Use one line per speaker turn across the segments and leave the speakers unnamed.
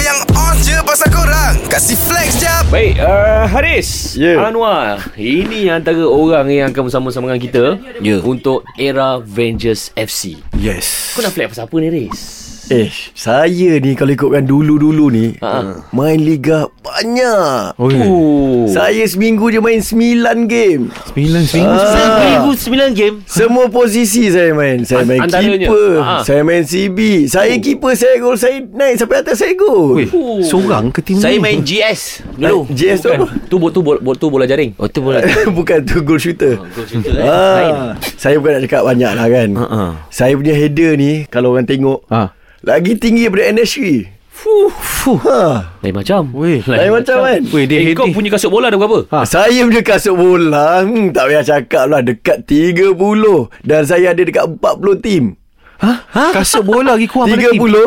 yang on je pasal korang Kasih flex jap
Baik, uh, Haris
Ya.
Anwar Ini antara orang yang akan bersama-sama dengan kita
Ya.
Untuk era Avengers FC
Yes.
Kau nak flag pasal apa ni, Haris?
Eh, saya ni kalau ikutkan dulu-dulu ni, eh,
Ha.
main liga banyak.
Okey.
Oh.
Saya seminggu je main 9 game.
Sembilan seminggu.
Ah.
sembilan game
Semua posisi saya main. Saya
An-
main
antaranya.
keeper,
Ha.
saya main CB, saya keeper, saya gol, saya naik sampai atas saya gol.
Weh, seorang ke tim
Saya
ni?
main GS
Dulu
Ah, JS tu
Bukan.
apa?
Tu, bo- tu, bo- bo- tu bola jaring Ah.
Oh tu boleh
bukan tu goal shooter.
Eh,
Ah, saya bukan nak cakap banyak lah kan.
Ha.
Saya punya header ni kalau orang tengok
Ha.
lagi tinggi daripada NSG. Fuh, fuh. Ha.
Lain macam
Weh.
Lain macam kan?
Weh, dia
Eh, kau
heading.
punya kasut bola dah berapa?
Ha.
Saya punya kasut bola hmm, Tak payah cakap lah Dekat 30 Dan saya ada dekat 40 tim
Ha? ha? Kasut bola lagi kurang
30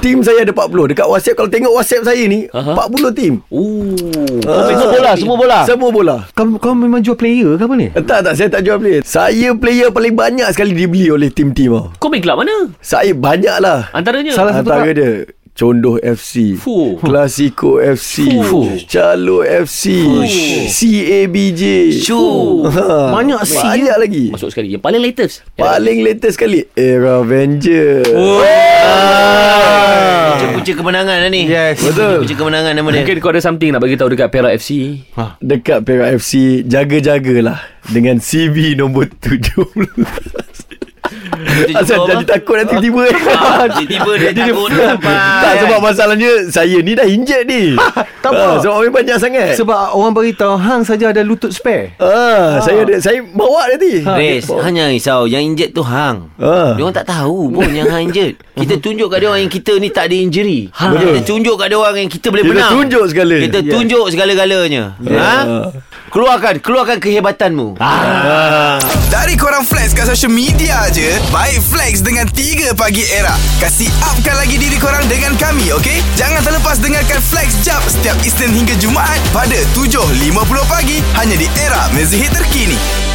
Tim saya ada 40 Dekat WhatsApp Kalau tengok WhatsApp saya ni
Aha.
40 tim
Oh.
Ah. Semua bola Semua bola Semua bola
Kau, kau Ha. memang jual player ke apa ni?
Eh, Tak tak Saya tak jual player Saya player paling banyak sekali Dibeli oleh tim-tim tau
Kau main kelab mana?
Saya banyak lah
Antaranya
Salah satu
Antara
kelab.
dia Condoh FC
Fuh.
Klasiko FC
Fuh.
Calo FC CABJ
Fuh.
Ha,
Banyak C,
Banyak lagi
Masuk sekali Yang paling latest
Paling latest sekali Era Avenger oh. Ah.
Punca kemenangan lah ni
Yes.
Betul Punca kemenangan nama dia
Mungkin kau ada something Nak bagi tahu dekat Perak FC
Dekat Perak FC Jaga-jagalah Dengan CV nombor 17 Asal
apa?
jadi takut nanti tiba eh.
Ah, tiba-tiba dia takut dia sampai.
Tak sebab masalahnya Saya ni dah injet ni
tak
Ah,
apa.
Sebab main banyak sangat
Sebab orang beritahu Hang saja ada lutut spare.
Ah, saya ada, saya bawa nanti.
Res Hanya risau Yang injet tu hang
Ah.
Dia orang tak tahu pun yang hang injet Kita tunjuk kat dia orang Yang kita ni tak ada injury ha. Kita tunjuk kat dia orang Yang kita boleh
Kita
menang
tunjuk Ya. segala.
Kita
Yeah.
tunjuk segala-galanya
Yeah.
ha? Keluarkan Keluarkan kehebatanmu ha.
Dari korang flex kat social media je Baik flex dengan 3 pagi era Kasih upkan lagi diri korang dengan kami okay? Jangan terlepas dengarkan flex jap Setiap Isnin hingga Jumaat Pada 7.50 pagi Hanya di era mezihit terkini